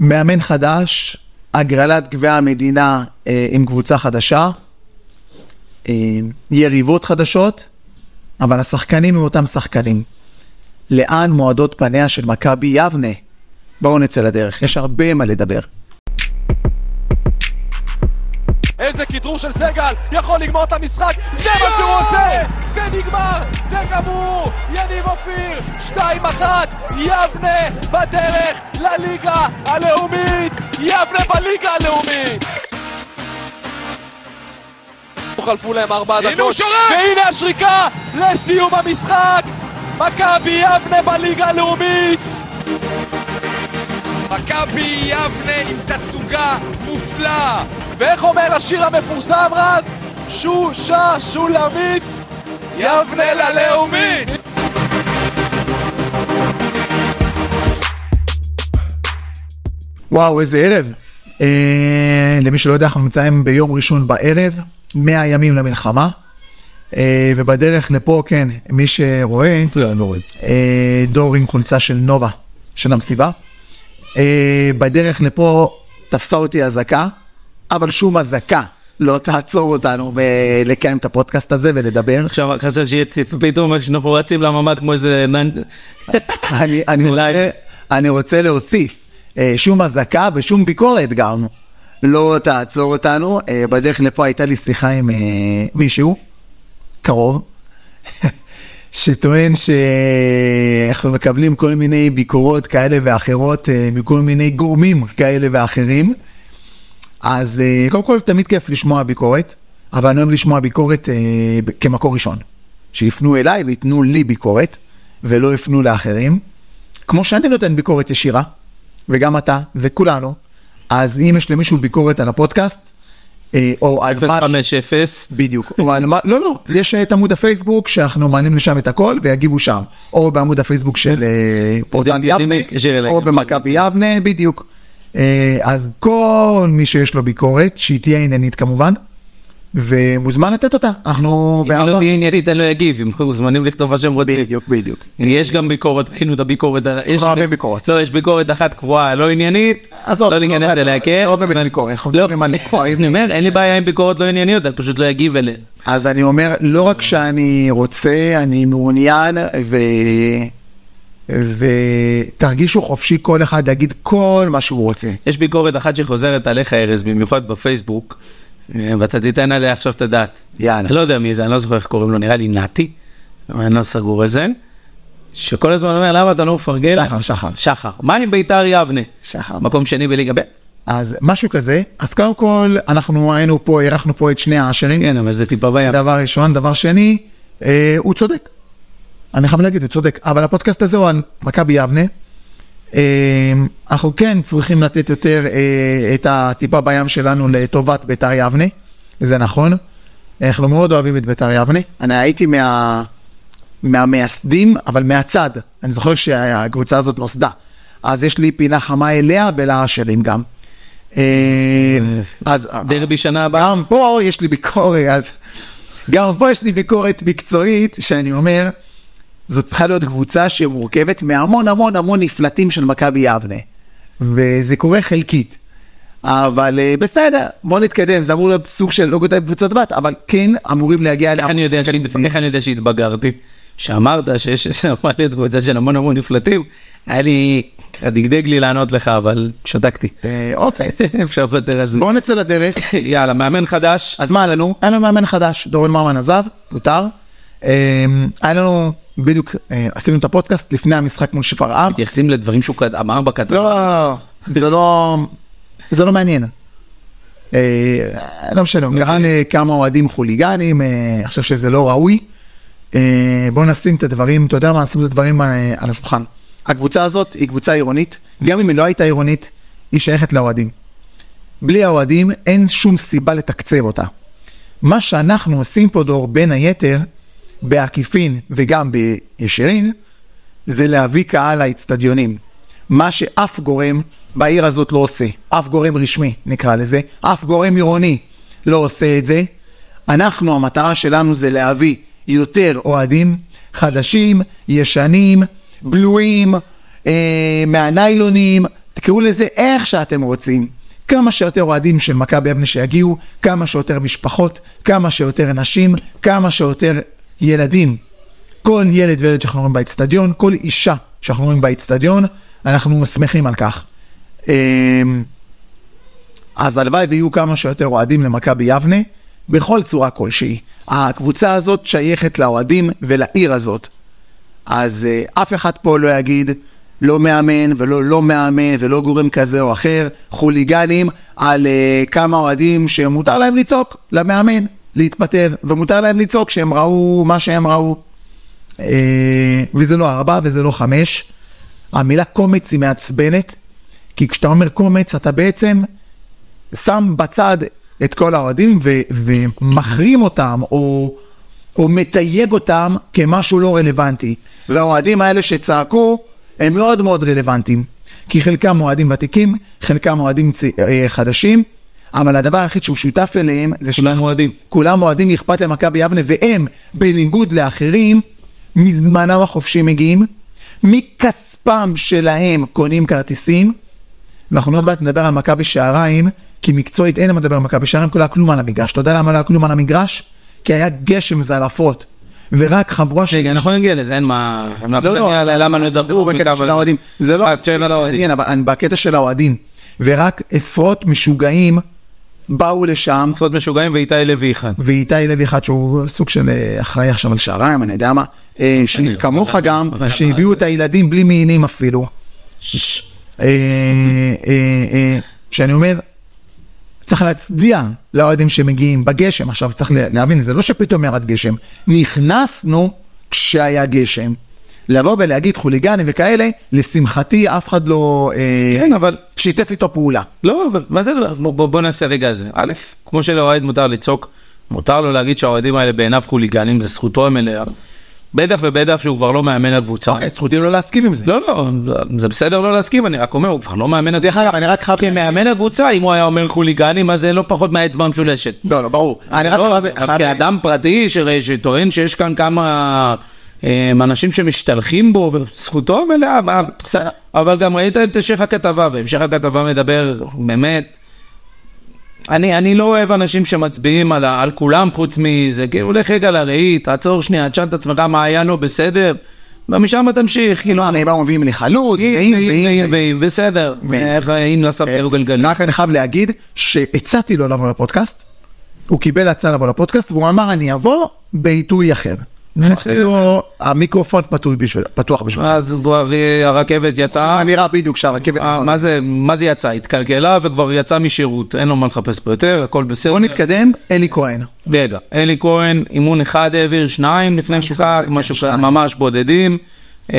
מאמן חדש, הגרלת גביע המדינה אה, עם קבוצה חדשה, אה, יריבות חדשות, אבל השחקנים הם אותם שחקנים. לאן מועדות פניה של מכבי יבנה? בואו נצא לדרך, יש הרבה מה לדבר. איזה כדרור של סגל, יכול לגמור את המשחק, זה מה שהוא עושה! זה נגמר, זה גמור! יניב אופיר, 2-1, יבנה בדרך לליגה הלאומית! יבנה בליגה הלאומית! חלפו להם ארבע הנה הוא דקות, שורק! והנה השריקה לסיום המשחק! מכבי יבנה בליגה הלאומית! מכבי יבנה עם תצוגה מופלאה! ואיך אומר השיר המפורסם רז? שושה שולמית יבנה ללאומית! וואו, איזה ערב. אה, למי שלא יודע, אנחנו נמצאים ביום ראשון בערב, 100 ימים למלחמה. אה, ובדרך לפה, כן, מי שרואה, אה, דור עם חולצה של נובה, של המסיבה. אה, בדרך לפה תפסה אותי אזעקה, אבל שום אזעקה לא תעצור אותנו לקיים את הפודקאסט הזה ולדבר. עכשיו חסר שיהיה ציפ, פתאום כשאנחנו רצים לממ"ד כמו איזה... נן- אני, אני, רוצה, לייב. אני רוצה להוסיף, אה, שום אזעקה ושום ביקורת גם לא תעצור אותנו. אה, בדרך לפה הייתה לי שיחה עם אה, מישהו, קרוב, שטוען שאנחנו מקבלים כל מיני ביקורות כאלה ואחרות אה, מכל מיני גורמים כאלה ואחרים. אז אה, קודם כל תמיד כיף לשמוע ביקורת, אבל אני אוהב לשמוע ביקורת אה, ב- כמקור ראשון. שיפנו אליי וייתנו לי ביקורת, ולא יפנו לאחרים. כמו שאני נותן ביקורת ישירה, וגם אתה, וכולנו, אז אם יש למישהו ביקורת על הפודקאסט, אה, או על מה... 050. בדיוק. או על מה- לא, לא, יש אה, את עמוד הפייסבוק שאנחנו מעלים לשם את הכל ויגיבו שם. או בעמוד הפייסבוק של אה, פורטל יודעים יבנה, להתקשר אליי או גם. במכבי יבנה, בדיוק. אה, אז כל מי שיש לו ביקורת, שהיא תהיה עניינית כמובן, ומוזמן לתת אותה. אנחנו אם לא תהיה עניינית אני לא אגיב, הם מוזמנים לכתוב מה שהם רוצים. בדיוק, בדיוק. יש גם ביקורת, ראינו את הביקורת. על- יש- הרבה ביקורות. לא, יש ביקורת אחת קבועה לא עניינית, עזוב, לא ניכנס לא- אליה, כן? לא באמת ביקורת, אנחנו לא, מדברים על- אני אומר, אין לי בעיה עם ביקורת לא ענייניות, אני פשוט לא אגיב אליהן. אז אני אומר, לא רק שאני רוצה, אני מעוניין, ו... ותרגישו חופשי כל אחד להגיד כל מה שהוא רוצה. יש ביקורת אחת שחוזרת עליך ארז, במיוחד בפייסבוק, אה, ואתה תיתן עליה עכשיו את הדעת. יאללה. אני לא יודע מי זה, אני לא זוכר איך קוראים לו, נראה לי נתי, אבל אני לא סגור על זה, שכל הזמן אומר למה אתה לא מפרגן? שחר, שחר. שחר. מה עם ביתר יבנה? שחר. מקום שני בליגה ב'? אז משהו כזה, אז קודם כל, אנחנו היינו פה, אירחנו פה את שני העשירים, כן, אבל זה טיפה בים. דבר ראשון, דבר שני, אה, הוא צודק. אני חייב להגיד, הוא צודק, אבל הפודקאסט הזה הוא על מכבי יבנה. אה, אנחנו כן צריכים לתת יותר אה, את הטיפה בים שלנו לטובת ביתר יבנה, זה נכון. אנחנו מאוד אוהבים את ביתר יבנה. אני הייתי מה... מהמייסדים, אבל מהצד. אני זוכר שהקבוצה הזאת נוסדה. אז יש לי פינה חמה אליה ולעשירים גם. אה, אז... דרבי שנה הבאה? גם פה יש לי ביקורת, אז גם פה יש לי ביקורת מקצועית, שאני אומר, זו צריכה להיות קבוצה שמורכבת מהמון המון המון נפלטים של מכבי יבנה, וזה קורה חלקית. אבל אה, בסדר, בוא נתקדם, זה אמור להיות סוג של לוגו טייפ קבוצת בת, אבל כן אמורים להגיע איך אני יודע שהת- איך אני יודע שהתבגרתי? שאמרת שיש שם להיות קבוצה של המון המון נפלטים, היה לי, ככה דגדג לי לענות לך, אבל שתקתי. אה, אוקיי, אפשר לוותר על זמן. בואו נצא לדרך. יאללה, מאמן חדש. אז מה היה לנו? היה לנו מאמן חדש, דורון מרמן עזב, פוטר. אה, היה לנו, בדיוק אה, עשינו את הפודקאסט לפני המשחק מול שפרעם. מתייחסים לדברים שהוא כת- אמר בכתב. לא, לא, לא, זה לא, זה לא מעניין. אה, לא משנה, הוא קרא לכמה אוהדים חוליגנים, אה, אני חושב שזה לא ראוי. אה, בוא נשים את הדברים, אתה יודע מה, נשים את הדברים אה, על השולחן. הקבוצה הזאת היא קבוצה עירונית, גם אם היא לא הייתה עירונית, היא שייכת לאוהדים. בלי האוהדים אין שום סיבה לתקצב אותה. מה שאנחנו עושים פה דור, בין היתר, בעקיפין וגם בישירין, זה להביא קהל לאצטדיונים. מה שאף גורם בעיר הזאת לא עושה, אף גורם רשמי נקרא לזה, אף גורם עירוני לא עושה את זה. אנחנו, המטרה שלנו זה להביא יותר אוהדים חדשים, ישנים, בלויים, אה, מהניילונים, תקראו לזה איך שאתם רוצים. כמה שיותר אוהדים של מכבי יבנה שיגיעו, כמה שיותר משפחות, כמה שיותר נשים, כמה שיותר ילדים. כל ילד וילד שאנחנו רואים באצטדיון, כל אישה שאנחנו רואים באצטדיון, אנחנו שמחים על כך. אמ, אז הלוואי ויהיו כמה שיותר אוהדים למכבי יבנה, בכל צורה כלשהי. הקבוצה הזאת שייכת לאוהדים ולעיר הזאת. אז אה, אף אחד פה לא יגיד, לא מאמן ולא לא מאמן ולא גורם כזה או אחר, חוליגנים על אה, כמה אוהדים שמותר להם לצעוק למאמן, להתפטר, ומותר להם לצעוק שהם ראו מה שהם ראו. אה, וזה לא ארבע וזה לא חמש. המילה קומץ היא מעצבנת, כי כשאתה אומר קומץ אתה בעצם שם בצד את כל האוהדים ו- ומחרים אותם או, או מתייג אותם כמשהו לא רלוונטי. והאוהדים האלה שצעקו הם מאוד מאוד רלוונטיים, כי חלקם אוהדים ותיקים, חלקם אוהדים צ... אה, חדשים, אבל הדבר היחיד שהוא שותף אליהם זה ש... כולנו אוהדים. כולם אוהדים אכפת למכבי יבנה, והם, בניגוד לאחרים, מזמנם החופשי מגיעים, מכספם שלהם קונים כרטיסים, ואנחנו עוד מעט נדבר על מכבי שעריים, כי מקצועית אין מה לדבר על מכבי שעריים, כי לא היה כלום על המגרש. אתה יודע למה לא היה כלום על המגרש? כי היה גשם זלעפות, ורק חבורה של... רגע, אנחנו נגיע לזה, אין מה... לא, לא. למה נדברו בקטע של האוהדים. זה לא... אה, שאלה לאוהדים. מעניין, אבל אני בקטע של האוהדים. ורק עשרות משוגעים באו לשם. עשרות משוגעים ואיתי לוי אחד. ואיתי לוי אחד שהוא סוג של אה, אחראי עכשיו על שעריים, אני יודע מה, אה, שכמוך גם, שהביאו את הילדים בלי מעינים אפילו. אה, אה, אה, שאני אומר, צריך להצדיע לאוהדים שמגיעים בגשם, עכשיו צריך לה- להבין, זה לא שפתאום ירד גשם, נכנסנו כשהיה גשם. לבוא ולהגיד חוליגנים וכאלה, לשמחתי אף אחד לא אה, כן, אבל... שיתף איתו פעולה. לא, אבל מה זה... בוא- בוא בוא נעשה רגע זה. א', כמו שלאוהד מותר לצעוק, מותר לו להגיד שהאוהדים האלה בעיניו חוליגנים, זה זכותו המלאה. בטח ובטח שהוא כבר לא מאמן הקבוצה. אוקיי, זכותי לא להסכים עם זה. לא, לא, זה בסדר לא להסכים, אני רק אומר, הוא כבר לא מאמן דרך אגב, אני רק חייב... כמאמן הקבוצה, אם הוא היה אומר חוליגנים, אז זה לא פחות מהאצבע המשולשת. לא, כן. לא, ברור. אני רק לא, חייב- חייב... כאדם פרטי ש- שטוען שיש כאן כמה אה, אנשים שמשתלחים בו, וזכותו המלאה, מה- בסדר. אבל גם ראית את המשך הכתבה, והמשך הכתבה מדבר, באמת, אני, אני לא אוהב אנשים שמצביעים על, ה- על כולם חוץ מזה, כאילו לך רגע לראי, תעצור שנייה, תשאל את עצמך מה היה לא בסדר, ומשם תמשיך, כאילו, כאילו, אני בא מביאים לי חלוץ, ואם, ואם, ואם, ואם. ואם, בסדר, ואם. איך, אם נסעת אה, גלגל. רק אני חייב להגיד שהצעתי לו לבוא לפודקאסט, הוא קיבל הצעה לבוא לפודקאסט, והוא אמר אני אבוא בעיתוי אה, אחר. אפילו המיקרופון פתוח בשביל- פתוח בשבילו. אז בוא, והרכבת יצאה, אני ראה בדיוק שהרכבת... אה, מה זה, מה זה יצא? התקלקלה וכבר יצא משירות, אין לו מה לחפש פה יותר, הכל בסדר. בוא נתקדם, אלי כהן. רגע, אלי כהן, אימון אחד העביר, שניים אה, לפני המשחק, משהו כזה, ממש בודדים. אה,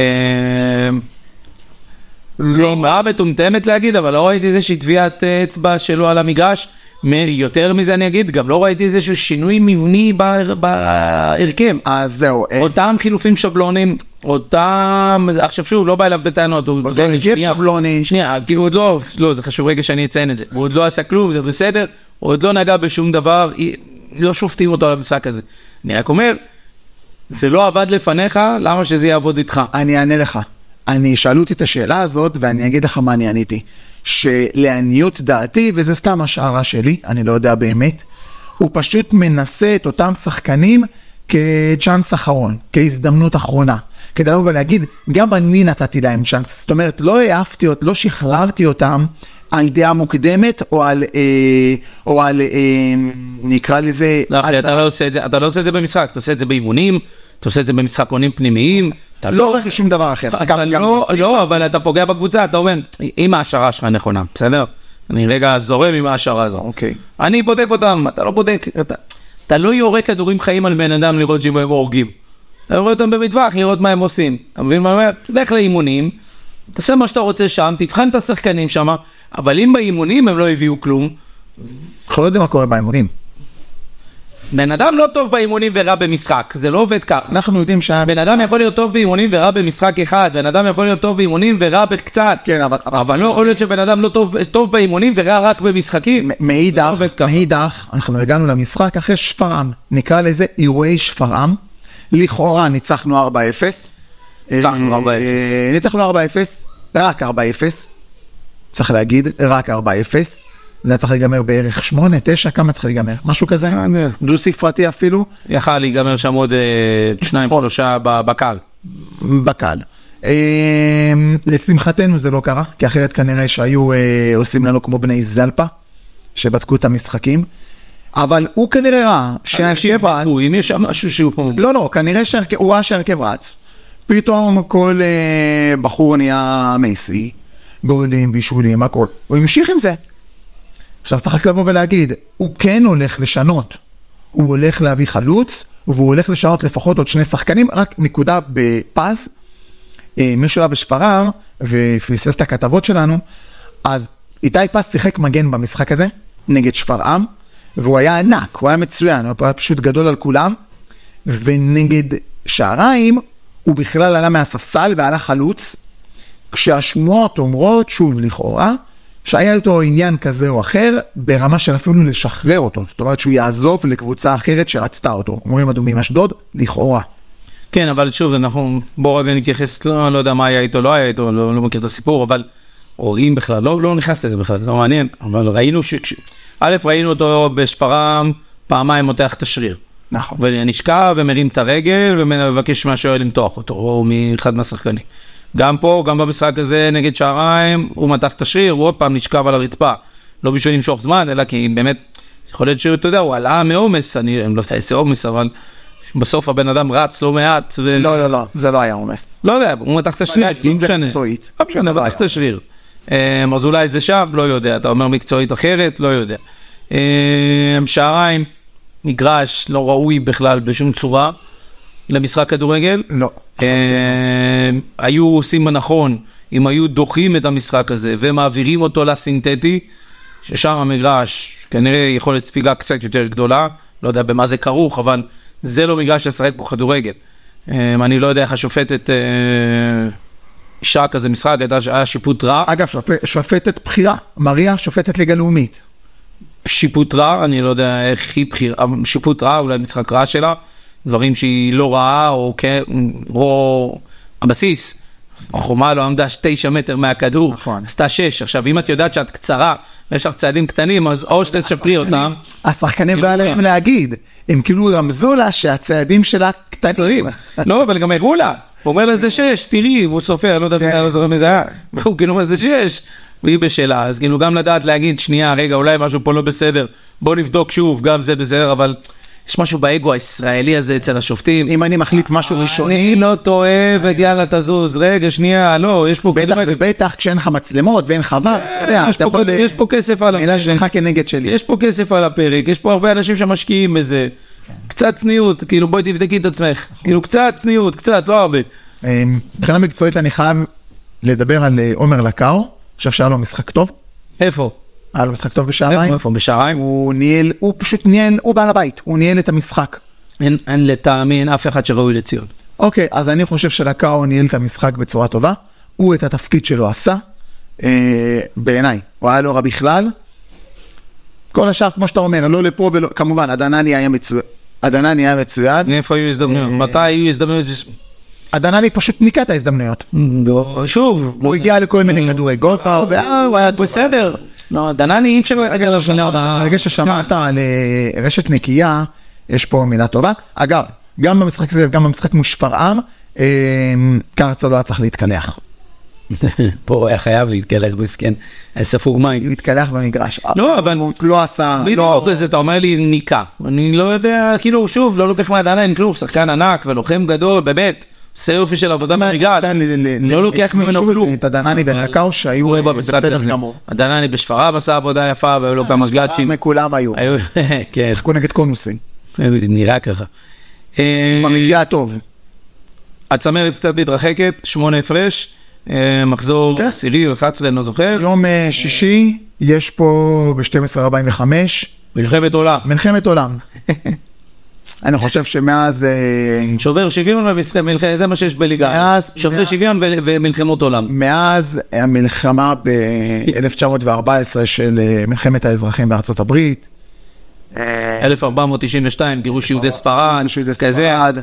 לא- זו אמרה מטומטמת להגיד, אבל לא ראיתי איזושהי טביעת אה, אצבע שלו על המגרש. מ- יותר מזה אני אגיד, גם לא ראיתי איזשהו שינוי מבני ב- בהרכב. אז זהו. אה, אותם חילופים שבלונים, אותם, עכשיו שוב, לא בא אליו בטענות, הוא... אותו הרכב שנייה, שבלוני. שנייה, כי הוא עוד לא, לא, זה חשוב רגע שאני אציין את זה, הוא עוד לא עשה כלום, זה בסדר, הוא עוד לא נגע בשום דבר, אי- לא שופטים אותו על המשחק הזה. אני רק אומר, זה לא עבד לפניך, למה שזה יעבוד איתך? אני אענה לך. אני, שאלו אותי את השאלה הזאת, ואני אגיד לך מה אני עניתי. שלעניות דעתי, וזה סתם השערה שלי, אני לא יודע באמת, הוא פשוט מנסה את אותם שחקנים כצ'אנס אחרון, כהזדמנות אחרונה. כדי לבוא ולהגיד, גם אני נתתי להם צ'אנס. זאת אומרת, לא העפתי, אות- לא שחררתי אותם על דעה מוקדמת, או על, אה, או על, אה, נקרא לזה, לא, אחי, אתה הצעה. לא עושה את זה, אתה לא עושה את זה במשחק, אתה עושה את זה באימונים, אתה עושה את זה במשחקונים פנימיים, אתה לא רואה שום דבר אחר. אתה גם- גם- לא, לא, אבל אתה פוגע בקבוצה, אתה אומר, אם ההשערה שלך נכונה, בסדר? אני רגע זורם עם ההשערה הזו. אוקיי. אני בודק אותם, אתה לא בודק, אתה, אתה לא יורה כדורים חיים על בן אדם לראות שהם הורגים. אתה יורה אותם במטווח, לראות מה הם עושים. אתה מבין מה אני אומר? תלך לאימונים, תעשה מה שאתה רוצה שם, תבחן את השחקנים שם, אבל אם באימונים הם לא הביאו כלום, אנחנו לא יודעים מה קורה באימונים. בן אדם לא טוב באימונים ורע במשחק, זה לא עובד ככה. אנחנו יודעים שה... בן אדם יכול להיות טוב באימונים ורע במשחק אחד, בן אדם יכול להיות טוב באימונים ורע בקצת. כן, אבל... אבל לא יכול להיות שבן אדם לא טוב, טוב באימונים ורע רק במשחקים. מ- מאידך, לא עובד ככה. מאידך, אנחנו הגענו למשחק אחרי שפרעם, נקרא לזה אירועי שפרעם, לכאורה ניצחנו 4-0. ניצחנו אה, 4-0. אה, ניצחנו 4-0, רק 4-0. צריך להגיד, רק 4-0. זה היה צריך להיגמר בערך 8, 9, כמה צריך להיגמר? משהו כזה? דו ספרתי אפילו, יכל להיגמר שם עוד אה, שניים שלושה ב- בקהל. בקהל. אה, לשמחתנו זה לא קרה, כי אחרת כנראה שהיו אה, עושים לנו כמו בני זלפה, שבדקו את המשחקים. אבל הוא כנראה ראה שההרכב רץ, תראו, אם יש שם משהו שהוא פה... לא, לא, כנראה שהרכב, הוא ראה שהרכב רץ. פתאום כל אה, בחור נהיה מסי, גולים, בישולים, הכל. הוא המשיך עם זה. עכשיו צריך רק לבוא ולהגיד, הוא כן הולך לשנות. הוא הולך להביא חלוץ, והוא הולך לשנות לפחות עוד שני שחקנים, רק נקודה בפז. אה, מי שלב בשפרעם, ופספס את הכתבות שלנו, אז איתי פס שיחק מגן במשחק הזה, נגד שפרעם, והוא היה ענק, הוא היה מצוין, הוא היה פשוט גדול על כולם. ונגד שעריים הוא בכלל עלה מהספסל ועלה חלוץ, כשהשמועות אומרות, שוב לכאורה, שהיה איתו עניין כזה או אחר, ברמה של אפילו לשחרר אותו, זאת אומרת שהוא יעזוב לקבוצה אחרת שרצתה אותו, אומרים אדומים אשדוד, לכאורה. כן, אבל שוב, אנחנו... בואו רגע נתייחס, לא, לא יודע מה היה איתו, לא היה איתו, לא, לא מכיר את הסיפור, אבל... או אם בכלל, לא, לא נכנס לזה בכלל, זה לא מעניין, אבל ראינו ש... כש- א', ראינו אותו בשפרעם פעמיים מותח את השריר. נכון. ונשכב ומרים את הרגל ומבקש מהשוער למתוח אותו, או מאחד מהשחקנים. גם פה, גם במשחק הזה נגד שעריים, הוא מתח את השריר, הוא עוד פעם נשכב על הרצפה. לא בשביל למשוך זמן, אלא כי באמת, יכול להיות שהוא, אתה יודע, הוא עלה מעומס, אני אני לא יודע איזה עומס, אבל בסוף הבן אדם רץ לא מעט, ו... לא, לא, לא, זה לא היה עומס. לא יודע, הוא מתח את השריר, לא אם זה משנה. מקצועית. לא משנה, זה לא מתח היה. את השריר. אמ, אז אולי זה שם, לא יודע, אתה אומר מקצועית אחרת, לא יודע. אמ, שעריים, מגרש לא ראוי בכלל בשום צורה למשחק כדורגל. לא. אמ, היו עושים נכון אם היו דוחים את המשחק הזה ומעבירים אותו לסינתטי, ששם המגרש כנראה יכולת ספיגה קצת יותר גדולה, לא יודע במה זה כרוך, אבל זה לא מגרש לשחק בו כדורגל. אמ, אני לא יודע איך השופטת אה, אישרה כזה משחק, הייתה- היה שיפוט רע, אגב, שופ- שופטת בחירה, מריה שופטת ליגה לאומית. שיפוט רע, אני לא יודע איך היא בחירה, שיפוט רע, אולי משחק רע שלה, דברים שהיא לא רעה, או כן, או הבסיס. חומה לא עמדה 9 מטר מהכדור, נכון. עשתה 6. עכשיו, אם את יודעת שאת קצרה ויש לך צעדים קטנים, אז או שתשפרי אותם, השחקנים לא היה כאילו להם להגיד, הם כאילו רמזו לה שהצעדים שלה קטנים. לא, אבל גם הראו לה. הוא אומר לה זה שש, תראי, והוא סופר, לא יודע כן. מי זה היה, לא זוכר מי זה היה. והוא כאילו אומר זה שש, והיא בשלה. אז כאילו גם לדעת להגיד, שנייה, רגע, אולי משהו פה לא בסדר, בוא נבדוק שוב, גם זה בסדר, אבל יש משהו באגו הישראלי הזה אצל השופטים. אם אני מחליט משהו ראשוני, אני לא טועה, ויאללה תזוז, רגע, שנייה, לא, יש פה בטח כדורגל. ובטח כשאין לך מצלמות ואין לך ור, אתה יודע, יש אתה פה- יכול... יש פה אה, כסף על מילה הפרק, שלך כנגד שלי. יש פה כסף על הפרק, יש פה הרבה אנשים שמשקיעים בזה. קצת צניעות, כאילו בואי תבדקי את עצמך. כאילו קצת צניעות, קצת, לא הרבה. אה, מבחינה מקצועית אני חייב לדבר על אה, עומר לקאו, אני חושב שהיה לו משחק טוב, איפה? היה לו משחק טוב איפה, בשעריים, איפה, בשעריים? הוא ניהל, הוא פשוט ניהל, הוא בעל הבית, הוא ניהל את המשחק. אין, אין לטעמי, אין אף אחד שראוי לציון. אוקיי, אז אני חושב שלקאו ניהל את המשחק בצורה טובה, הוא את התפקיד שלו עשה, אה, בעיניי, הוא היה לא רע בכלל. כל השאר, כמו שאתה אומר, לא לפה ולא, כמובן, עדנני היה מצוין. עדנני היה מצוין, איפה היו הזדמנויות? מתי היו הזדמנויות? עדנני פשוט ניקה את ההזדמנויות. שוב, לא הוא הגיע לכל מיני אה, כדורי גולפה, והוא היה בסדר. לא, דנני אי אפשר להגיד עליו שנה הבאה. הרגע כן. ששמעת על אה, רשת נקייה, יש פה מילה טובה. אגב, גם במשחק הזה וגם במשחק מול שפרעם, אה, קרצה לא היה צריך להתקלח. פה הוא היה חייב להתגלח מסכן, היה ספוג מים. הוא התקלח במגרש. לא, אבל- הוא לא עשה, בדיוק, לא, אז אתה אומר לי ניקה. אני לא יודע, כאילו, שוב, לא לוקח מהדנה, אין כלום, שחקן ענק ולוחם גדול, באמת, עושה יופי של עבודה במגרש. ניתן ל- ל- לא ל- לוקח ממנו שוב, כלום. אה, את הדנני ואת הקאו שהיו רואה אה, במשחק בסדר הזה. גמור. אה, הדנני בשפרעם עשה עבודה יפה, והיו לו כמה גלאצ'ים. מכולם היו, היו- אה, כן, שיחקו נגד קונוסים. נראה ככה. אה, במגיע טוב. הצמרת קצת מתרחקת, שמונה הפרש, אה, מחזור כן. עשירי או 11, אני לא זוכר. יום אה, שישי, יש פה ב-12:45 מלחמת עולם. מלחמת עולם. אני חושב שמאז אה, שובר שוויון ומלחמת, זה מה שיש בליגה. מאז- שובר מאז- שוויון ו- ומלחמות עולם. מאז המלחמה ב-1914 של אה, מלחמת האזרחים בארצות הברית. 1492, גירוש יהודי ספרד, שיהודי אה, כזה. ספרד.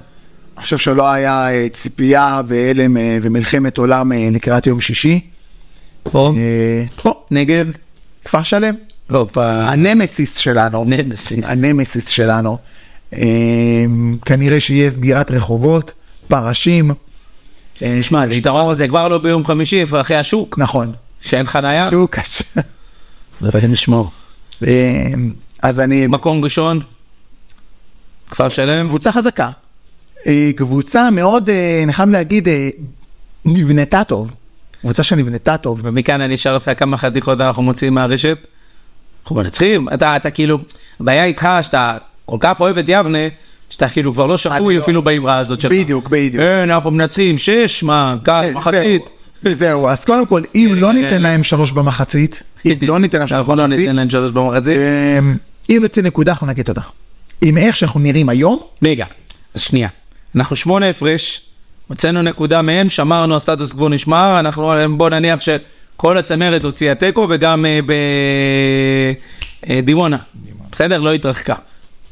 אני חושב שלא היה אה, ציפייה והלם אה, ומלחמת עולם אה, לקראת יום שישי. פה, אה, פה, נגד, כפר שלם. לא, פעם, הנמסיס שלנו. נמסיס. הנמסיס שלנו. אה, כנראה שיהיה סגירת רחובות, פרשים. אה, שמע, זה יתרון, זה כבר לא ביום חמישי, אבל אחרי השוק, נכון. שאין חנייה, שהוא קשה. זה רגע נשמור. אה, אז אני... מקום ראשון, כפר שלם, קבוצה חזקה. אה, קבוצה מאוד, אה, אני חייב להגיד, אה, נבנתה טוב. קבוצה שנבנתה טוב. ומכאן אני אשאל לך כמה חתיכות אנחנו מוציאים מהרשת. אנחנו מנצחים, אתה, אתה כאילו, הבעיה איתך שאתה כל כך אוהב את יבנה, שאתה כאילו כבר לא שפוי לא. אפילו באמרה הזאת שלך. בדיוק, בדיוק. אין, אנחנו מנצחים, שש, מה, כך, כן, מחצית. זהו, זהו, אז קודם כל, אם לא ניתן להם שלוש במחצית, אם לא ניתן להם שלוש אנחנו לא במחצית, ניתן להם שלוש במחצית. אה, אם נוציא נקודה, אנחנו נגיד תודה. עם איך שאנחנו נראים היום, רגע, אז שנייה. אנחנו שמונה הפרש, הוצאנו נקודה מהם, שמרנו, הסטטוס קוו נשמר, אנחנו, בוא נניח שכל הצמרת הוציאה תיקו וגם אה, בדימונה. בסדר? לא התרחקה.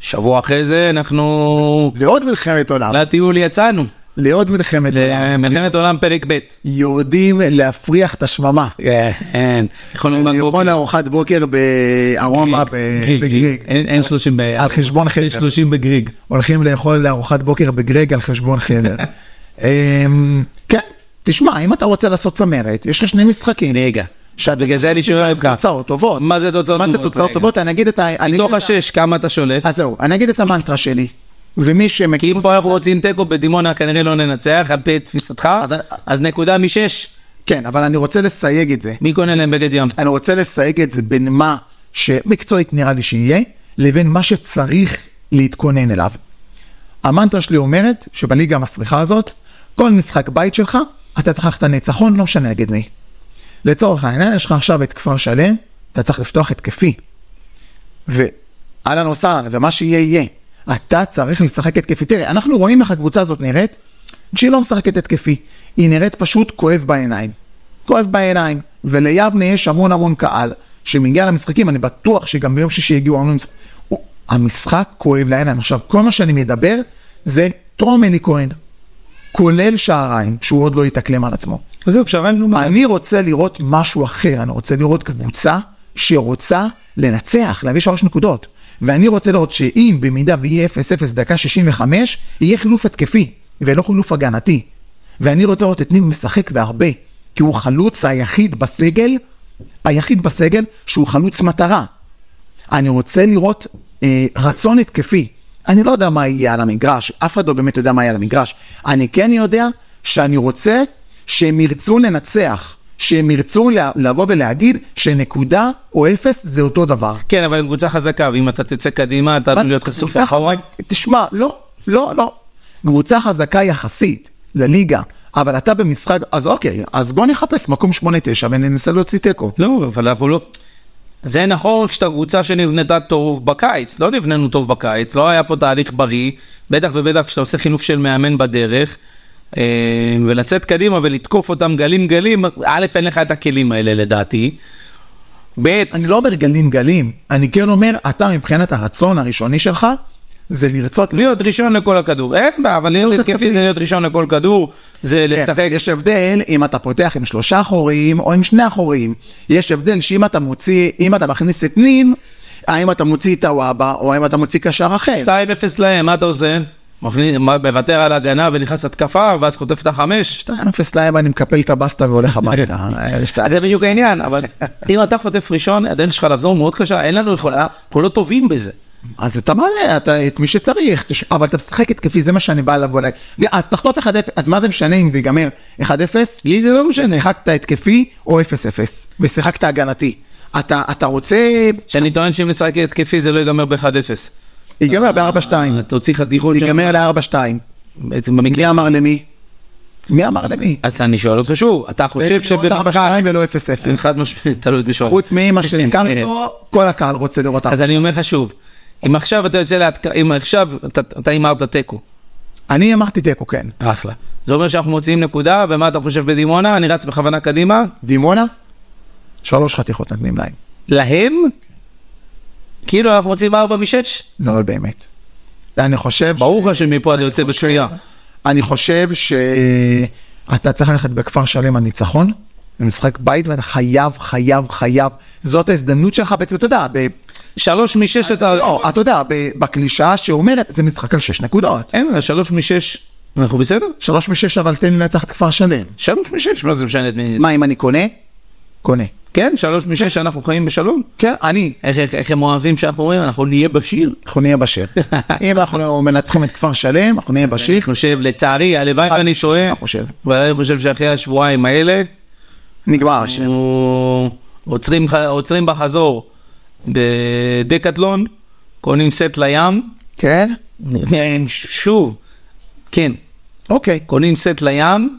שבוע אחרי זה אנחנו... לעוד מלחמת עולם, לטיול יצאנו. לעוד מלחמת עולם, למלחמת עולם פרק ב'. יורדים להפריח את השממה. כן. יכולנו גם בוקר. לאכול ארוחת בוקר בארומה, ב- גריג, בגריג. אין אין 30 ב... על חשבון אין חדר. 30 בגריג. הולכים לאכול לארוחת בוקר בגרג על חשבון חדר. אמ, כן, תשמע, אם אתה רוצה לעשות צמרת, יש לך שני משחקים. רגע. שאת בגלל זה אני שואל אותך. תוצאות טובות. מה זה תוצאות מה זה טובות? תוצאות רגע. טובות? אני אגיד את ה... אני מתוך אגיד את ה- השש כמה אתה שולף? אז זהו, אני אגיד את המנטרה שלי. ומי כי שמכיר... אם פה אנחנו רוצים תיקו בדימונה כנראה לא ננצח על פי תפיסתך. אז- אז נקודה משש. כן, אבל אני רוצה לסייג את זה. מי קונה להם בגד ים? אני רוצה לסייג את זה בין מה שמקצועית נראה לי שיהיה, לבין מה שצריך להתכונן אליו. המנטרה שלי אומרת שבליגה המסריחה הזאת, כל משחק בית שלך, אתה צריך ללכת לניצחון, לא משנה נגד מי. לצורך העניין, יש לך עכשיו את כפר שלם, אתה צריך לפתוח התקפי. ואהלן וסהלן, ומה שיהיה יהיה. אתה צריך לשחק התקפי. תראה, אנחנו רואים איך הקבוצה הזאת נראית, כשהיא לא משחקת התקפי. היא נראית פשוט כואב בעיניים. כואב בעיניים. וליבנה יש המון המון קהל שמגיע למשחקים, אני בטוח שגם ביום שישי יגיעו המון משחקים. המשחק כואב לעיניים. עכשיו, כל מה שאני מדבר זה טרום אלי כהן, כולל שעריים, שהוא עוד לא יתאקלם על עצמו. זהו, פשרנו כאילו מה. אני רוצה לראות משהו אחר, אני רוצה לראות קבוצה שרוצה לנצח, להביא שלוש נקודות. ואני רוצה לראות שאם במידה ויהיה 0-0 דקה 65, יהיה חילוף התקפי, ולא חילוף הגנתי. ואני רוצה לראות את ניב משחק והרבה, כי הוא חלוץ היחיד בסגל, היחיד בסגל שהוא חלוץ מטרה. אני רוצה לראות אה, רצון התקפי. אני לא יודע מה יהיה על המגרש, אף אחד לא באמת יודע מה יהיה על המגרש. אני כן יודע שאני רוצה שהם ירצו לנצח, שהם ירצו לה- לבוא ולהגיד שנקודה או אפס זה אותו דבר. כן, אבל הם קבוצה חזקה, ואם אתה תצא קדימה, אתה עלול להיות חשוף קבוצה לאחורה. חזק- תשמע, לא, לא, לא. קבוצה חזקה יחסית לליגה, אבל אתה במשחק, אז אוקיי, אז בוא נחפש מקום 8-9 וננסה להוציא תיקו. לא, אבל אנחנו לא... זה נכון כשאתה קבוצה שנבנתה טוב בקיץ, לא נבננו טוב בקיץ, לא היה פה תהליך בריא, בטח ובטח כשאתה עושה חילוף של מאמן בדרך, אה, ולצאת קדימה ולתקוף אותם גלים גלים, א', אין לך את הכלים האלה לדעתי, ב', אני לא אומר גלים גלים, אני כן אומר, אתה מבחינת הרצון הראשוני שלך, זה לרצות להיות ראשון לכל הכדור, אין בעיה, אבל להיות התקפי זה להיות ראשון לכל כדור, זה לשחק, כן, יש הבדל אם אתה פותח עם שלושה אחוריים או עם שני אחוריים. יש הבדל שאם אתה מוציא, אם אתה מכניס את ניב, האם אתה מוציא את הוואבה או האם אתה מוציא קשר אחר. 2-0 להם, מה אתה עושה? מכניס- מה, מוותר על הגנה ונכנס להתקפה, ואז חוטף את החמש, 2-0 להם אני מקפל את הבסטה והולך הביתה. אה, שתיים. אז זה בדיוק העניין, אבל אם אתה חוטף ראשון, הדרך שלך לחזור מאוד קשה, אין לנו יכולה, אנחנו לא טובים בזה. אז אתה מעלה אתה, את מי שצריך, תש... אבל אתה משחק התקפי, זה מה שאני בא לבוא להגיד. אז תחטוף 1-0, אז מה זה משנה אם זה ייגמר 1-0? לי זה לא משנה. שיחקת התקפי או 0-0, ושיחקת הגנתי. אתה, אתה רוצה, שאני טוען שאם נשחק התקפי זה לא ייגמר ב-1-0. אה, ייגמר ב-4-2, תוציא חתיכות שם. ייגמר ל-4-2. אה, בעצם במקרה. מי אמר למי? מי אמר למי? אז אני שואל אותך שוב, אתה חושב שבמשחק... 4-2 ולא 0-0. אין חד משמעית, תלוי את מי שואל. חוץ מאמא של כן, כן. קרצו, כל הקהל רוצה לראות אותה. אז אני אומר לך שוב, אם עכשיו אתה יוצא להתקפה, אם עכשיו אתה- אתה הימרת תיקו, אני אמרתי תיקו, כן. אחלה. זה אומר שאנחנו מוציאים נקודה, ומה אתה חושב בדימונה? אני רץ בכוונה קדימה. דימונה? שלוש חתיכות נותנים להם. להם? כאילו אנחנו מוציאים 4 משש? לא, אבל באמת. אני חושב... ברור לך שמפה אני יוצא בקריאה. אני חושב שאתה צריך ללכת בכפר שלם על ניצחון, זה משחק בית ואתה חייב, חייב, חייב. זאת ההזדמנות שלך בעצם, אתה יודע, ב... שלוש משש אתה... לא, אתה יודע, ב- בקלישאה שאומרת, זה משחק על שש נקודות. אין בעיה, שלוש משש. אנחנו בסדר? שלוש משש, אבל תן לי לנצח את כפר שלם. שלוש משש, מה זה משנה את מי... מה, אם אני קונה? קונה. כן, שלוש משש, אנחנו חיים בשלום. כן, אני. איך- איך איך הם אוהבים שאנחנו אומרים, אנחנו נהיה בשיר. אנחנו נהיה בשיר. אם אנחנו מנצחים את כפר שלם, אנחנו נהיה אני בשיר. חושב, לצערי, הלוואי ואני שואל, אני חושב. אבל אני חושב שאחרי השבועיים האלה, נגמר השיר. אנחנו עוצרים, ח- עוצרים בחזור בדקטלון, קונים סט לים, כן? שוב, כן, אוקיי. קונים סט לים,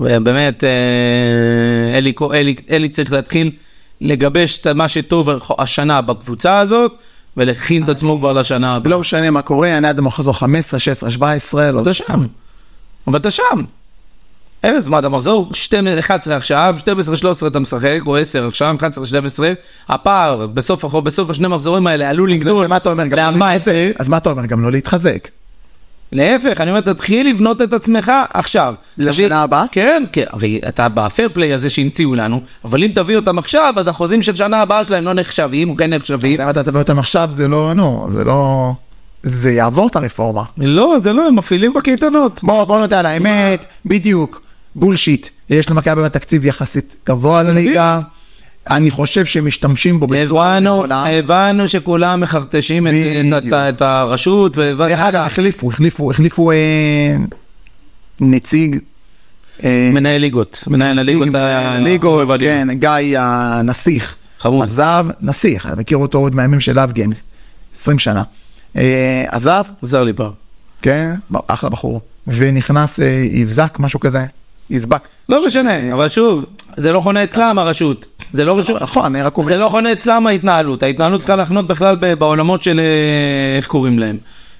ובאמת אה, אלי, כו- אלי, אלי צריך להתחיל לגבש את מה שטוב השנה בקבוצה הזאת, ולהכין את עצמו כבר לשנה הבאה. לא משנה מה קורה, אני עד המחזור 15, 16, 17, לא אתה שם, אבל אתה שם. ארז, מה אתה מחזור? 12, 11 עכשיו, 12, 13 אתה משחק, או 10 עכשיו, 11, 12, הפער בסוף החוב, בסוף השני מחזורים האלה עלול לגדול. מה אתה אומר? גם לא ל-14. להתחזק? אז מה אתה אומר? גם לא להתחזק. להפך, אני אומר, תתחיל לבנות את עצמך עכשיו. לשנה תביא- הבאה? כן, כן, הרי אתה בפייר פליי הזה שהמציאו לנו, אבל אם תביא אותם עכשיו, אז החוזים של שנה הבאה שלהם לא נחשבים, או כן נחשבים. למה אתה תביא אותם עכשיו? זה לא, נו, זה לא... זה יעבור את הרפורמה. לא, זה לא, הם מפעילים בקייטנות. בוא, בוא נודה על האמת, בדיוק, בולשיט. יש למכבי באמת תקציב יחסית גבוה לליגה. אני חושב שהם משתמשים בו בצורה הבנו, נכונה. הבנו שכולם מחרטשים את- את- בדיוק. את הרשות, דרך אגב, והבנו, החליפו, החליפו, החליפו אה, נציג. אה, מנהל ליגות, מנהל הליגות, נציג ה- ליגות, הוועדים. כן, גיא הנסיך. אה, חמוד. עזב, נסיך, אני מכיר אותו עוד מהימים של לאב גיימס, 20 שנה. אה, עזב, עזר לי פעם. כן, אחלה בחור. ונכנס אה, יבזק, משהו כזה, יזבק. לא משנה, אבל שוב, זה לא חונה אצלם הרשות. זה לא רשות, נכון, אני רק אומר. זה לא חונה אצלם ההתנהלות, ההתנהלות צריכה לחנות בכלל ב- בעולמות של אה, איך קוראים להם,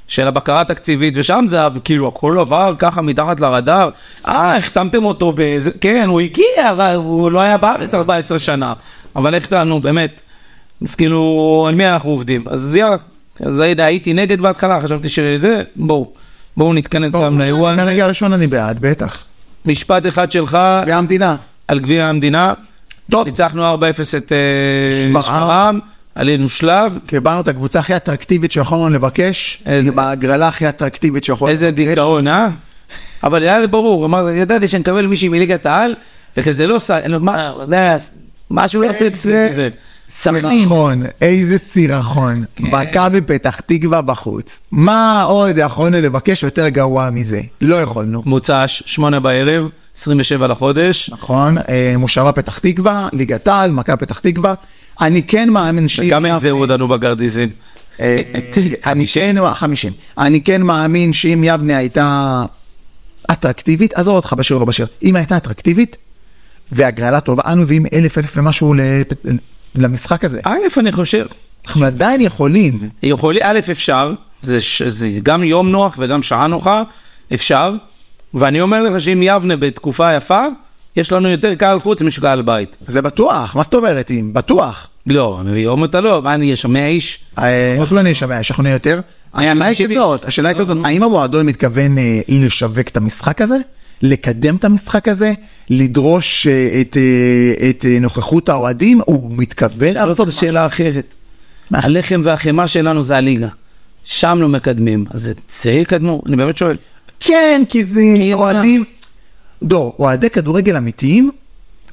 של הבקרה התקציבית, ושם זה ה- כאילו הכל עבר ככה מתחת לרדאר, אה החתמתם אותו באיזה, כן הוא הגיע, אבל הוא לא היה בארץ 14 שנה, אבל איך טענו באמת, אז כאילו על מי אנחנו עובדים, אז יאללה, אז הנה, הייתי נגד בהתחלה, חשבתי שזה, בואו, בואו נתכנס גם לאירוע, מהרגע הראשון אני בעד, בטח. משפט אחד שלך והמדינה. על גביע המדינה, טוב, ניצחנו 4-0 את אה, שפרעם. שפרעם, עלינו שלב. קיבלנו את הקבוצה הכי אטרקטיבית שיכולנו לבקש, איזה- עם ההגרלה הכי אטרקטיבית שיכולנו. איזה דיכאון, אה? אבל היה לי ברור, אמר, ידעתי שאני מקבל מישהי מליגת העל, וכזה לא ס... לא, מה, זה היה ס- משהו לא עושה את זה. סכנין. סירחון, נכון, איזה סירחון. מכבי פתח תקווה בחוץ. מה עוד יכולנו לבקש יותר גרוע מזה? לא יכולנו. מוצ"ש, שמונה בערב, 27 לחודש. נכון, אה, מושבה פתח תקווה, ליגת העל, מכבי פתח תקווה. אני כן מאמין ש... גם אם זהו אותנו בגרדיזים. אה, אני כן, חמישים. אני כן מאמין שאם יבנה הייתה אטרקטיבית, עזוב אותך בשיר או לא בשיר, אם הייתה אטרקטיבית והגרלה טובה, אנו מביאים אלף אלף ומשהו לפ- למשחק הזה. א', אני חושב, אנחנו עדיין יכולים. יכול, א', אפשר, זה, ש- זה גם יום נוח וגם שעה נוחה, אפשר. ואני אומר לך שאם יבנה בתקופה יפה, יש לנו יותר קהל חוץ משקהל בית. זה בטוח, מה זאת אומרת אם? בטוח. לא, אני אומר אתה לא, מה אני, יש שם 100 איש? אה, אנחנו לא נשמע, יש אנחנו נהיה יותר. השאלה היא אנשים- כזאת, השאלה היא אה, לא, כזאת, נו. האם המועדון מתכוון אה, לשווק את המשחק הזה? לקדם את המשחק הזה? לדרוש אה, את, אה, את אה, נוכחות האוהדים? הוא מתכוון שאל לעשות אותך שאלה אחרת. מה? הלחם והחמאה שלנו זה הליגה. שם לא מקדמים, אז את זה יקדמו? אני באמת שואל. כן, כי זה אוהדים. דור, אוהדי כדורגל אמיתיים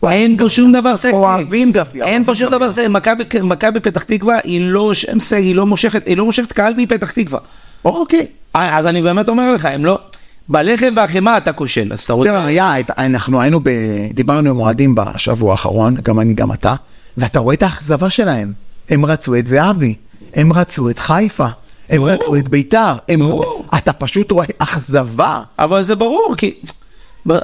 אין פה שום דבר סקסי. אוהבים גביע. אין פה שום דבר סקסי. מכבי- מכבי פתח תקווה היא לא שם סי, היא לא מושכת, היא לא מושכת קהל מפתח תקווה. אוקיי. אה, אז אני באמת אומר לך, הם לא... בלחם והחמאה אתה כושל, אז אתה תראה, רוצה... היה, הייתה- אנחנו היינו, ב... דיברנו עם אוהדים בשבוע האחרון, גם אני גם אתה, ואתה רואה את האכזבה שלהם. הם רצו את זהבי, הם רצו את חיפה, הם רצו את ביתר, הם... ברור. אתה פשוט רואה אכזבה. אבל זה ברור, כי...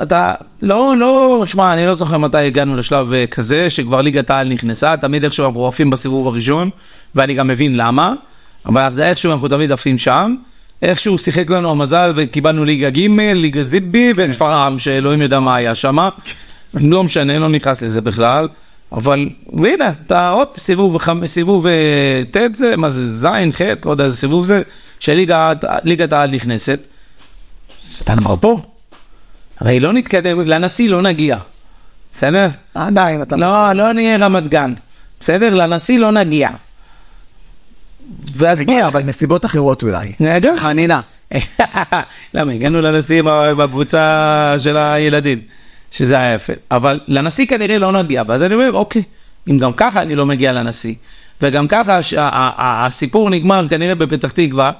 אתה לא לא שמע אני לא זוכר מתי הגענו לשלב אה, כזה שכבר ליגת העל נכנסה תמיד איכשהו אנחנו עפים בסיבוב הראשון ואני גם מבין למה אבל אתה יודע, איכשהו אנחנו תמיד עפים שם איכשהו שיחק לנו המזל וקיבלנו ליגה ג' ליגה זיבי ושפרעם שאלוהים יודע מה היה שם לא משנה לא נכנס לזה בכלל אבל והנה אתה הופ סיבוב חמ- סיבוב אה, ט' זה מה זה זין ח' לא יודע איזה סיבוב זה שליגת ליגת העל נכנסת אתה כבר פה. הרי לא נתקדם, לנשיא לא נגיע. בסדר? עדיין אתה... לא, לא נהיה רמת גן. בסדר? לנשיא לא נגיע. ואז נגיע, אבל מסיבות אחרות אולי. נהדר. חנינה. למה הגענו לנשיא עם ה- בקבוצה של הילדים, שזה היה יפה. אבל לנשיא כנראה לא נגיע, ואז אני אומר, אוקיי, אם גם ככה אני לא מגיע לנשיא, וגם ככה הש- ה- ה- ה- הסיפור נגמר כנראה בפתח תקווה,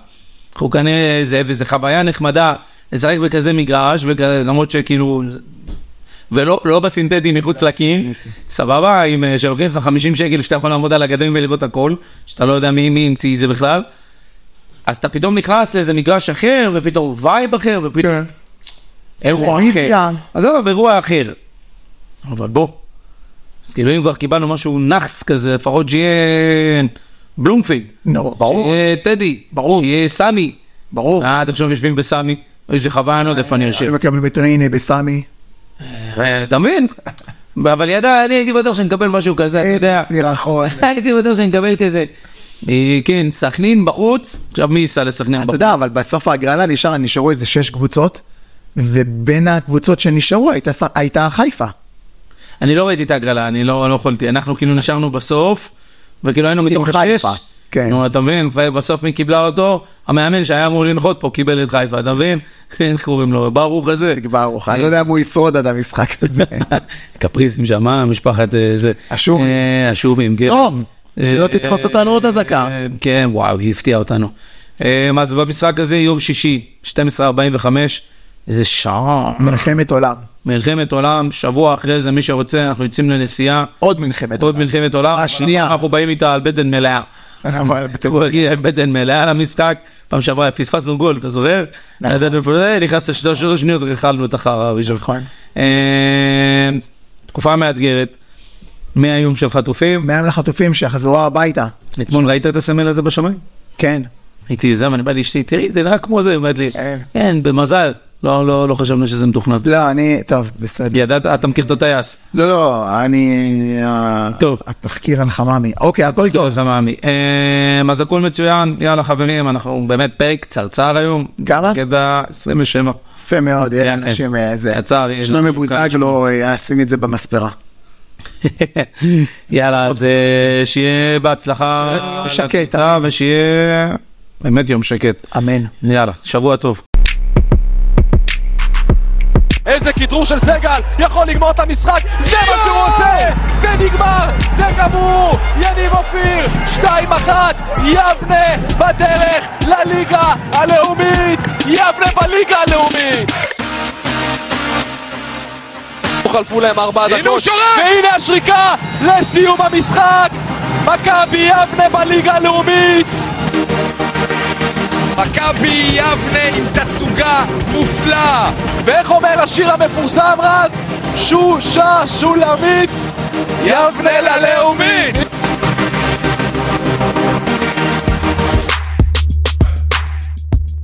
אנחנו כנראה זה, וזו חוויה נחמדה לשחק בכזה מגרש, וכזה- למרות שכאילו... ולא לא בסינתטי מחוץ לקיר, סבבה, אם אה, שלוקחים לך 50 שקל שאתה יכול לעמוד על הגדולים ולראות הכל, שאתה לא יודע מי מי המציא זה בכלל, אז אתה פתאום נכנס לאיזה מגרש אחר, ופתאום וייב אחר, ופתאום כן. אירוע אחר. רוויזיה. עזוב, אירוע אחר. אבל בוא. אז כאילו אם כבר קיבלנו משהו נאחס כזה, לפחות שיהיה בלומפילד. נו, שיהיה טדי. ברור. שיהיה סמי. ברור. אה, אתם עכשיו יושבים בסמי. איזה חוויה, אני לא יודע איפה אני יושב. אני מקבל בטריינה בסמי. אה, אתה מבין? אבל ידע, אני הייתי בטוח שאני מקבל משהו כזה, אתה יודע. סירחון. הייתי בטוח שאני מקבל כזה. אה, כן, סכנין בחוץ. עכשיו מי ייסע לסכנין אתה בחוץ? יודע, אבל בסוף ההגרלה נשאר, נשארו איזה שש קבוצות, ובין הקבוצות שנשארו הייתה ס- הייתה חיפה. אני לא ראיתי את ההגרלה, אני לא, לא יכולתי, אנחנו כאילו נשארנו בסוף, וכאילו היינו מתוך השש. אה. חיפה, כן. נו, אתה מבין, בסוף מי קיבלה אותו? המאמן שהיה אמור לנחות פה קיבל את חיפה, אתה מבין? איך קוראים לו? ברוך הזה. תקבע ארוחה. אני לא יודע אם הוא ישרוד עד המשחק הזה. קפריסים שם, אה, משפחת אה, זה. אשורים. לא, אה, אשורים, כן. תום, שלא אה, תתפוס אותנו עוד אזעקה. אה, כן, וואו, היא הפתיעה אותנו. אה, אז במשחק הזה, יום שישי, 12.45, איזה שעה. מלחמת עולם. מלחמת עולם, שבוע אחרי זה, מי שרוצה, אנחנו יוצאים לנסיעה. עוד מלחמת עוד עולם. מלחמת עולם, אבל השנייה. אנחנו באים איתה על בטן מלאה. אבל בטח- הוא הגיע עם בטן מלאה למשחק, פעם שעברה פספסנו גול, אתה זוכר? נכון. ידענו איפה זה, נכנס לשלוש שלוש שניות, אכלנו את החרא הראשון. נכון. אה, תקופה מאתגרת, מהיום של חטופים, מהם לחטופים שיחזרו הביתה. אתמול ראית את הסמל הזה בשמיים? כן. הייתי זה, ואני בא לאשתי, תראי, זה נראה כמו זה, היא אומרת לי, כן. כן, במזל, לא, לא, לא חשבנו שזה מתוכנן. לא, אני, טוב, בסדר. ידעת, אתה מכיר את הטייס. לא, לא, אני... אה, טוב. התחקיר על חממי. אוקיי, הכל טוב. זה מאמי. אה, אז הכל מצוין, יאללה חברים, אנחנו באמת פרק קצרצר היום. כמה? קטע 27. יפה מאוד, כן, אה, כן. אנשים, אה, זה... יצא, יש שלומי לנו- בוזגלו אה, ישים את זה במספרה. יאללה, אז אה, שיהיה בהצלחה. יום אה, שקט. לקבוצה, ושיהיה באמת יום שקט. אמן. יאללה, שבוע טוב. איזה כדרור של סגל, יכול לגמור את המשחק, זה מה שהוא עושה! זה נגמר, זה גמור! יניב אופיר, 2-1, יבנה בדרך לליגה הלאומית! יבנה בליגה הלאומית! חלפו להם ארבע הנה הוא דקות, שורק! והנה השריקה לסיום המשחק! מכבי יבנה בליגה הלאומית! מכבי יבנה עם תצוגה מופלאה. ואיך אומר השיר המפורסם רז? שושה שולמית, יבנה ללאומית!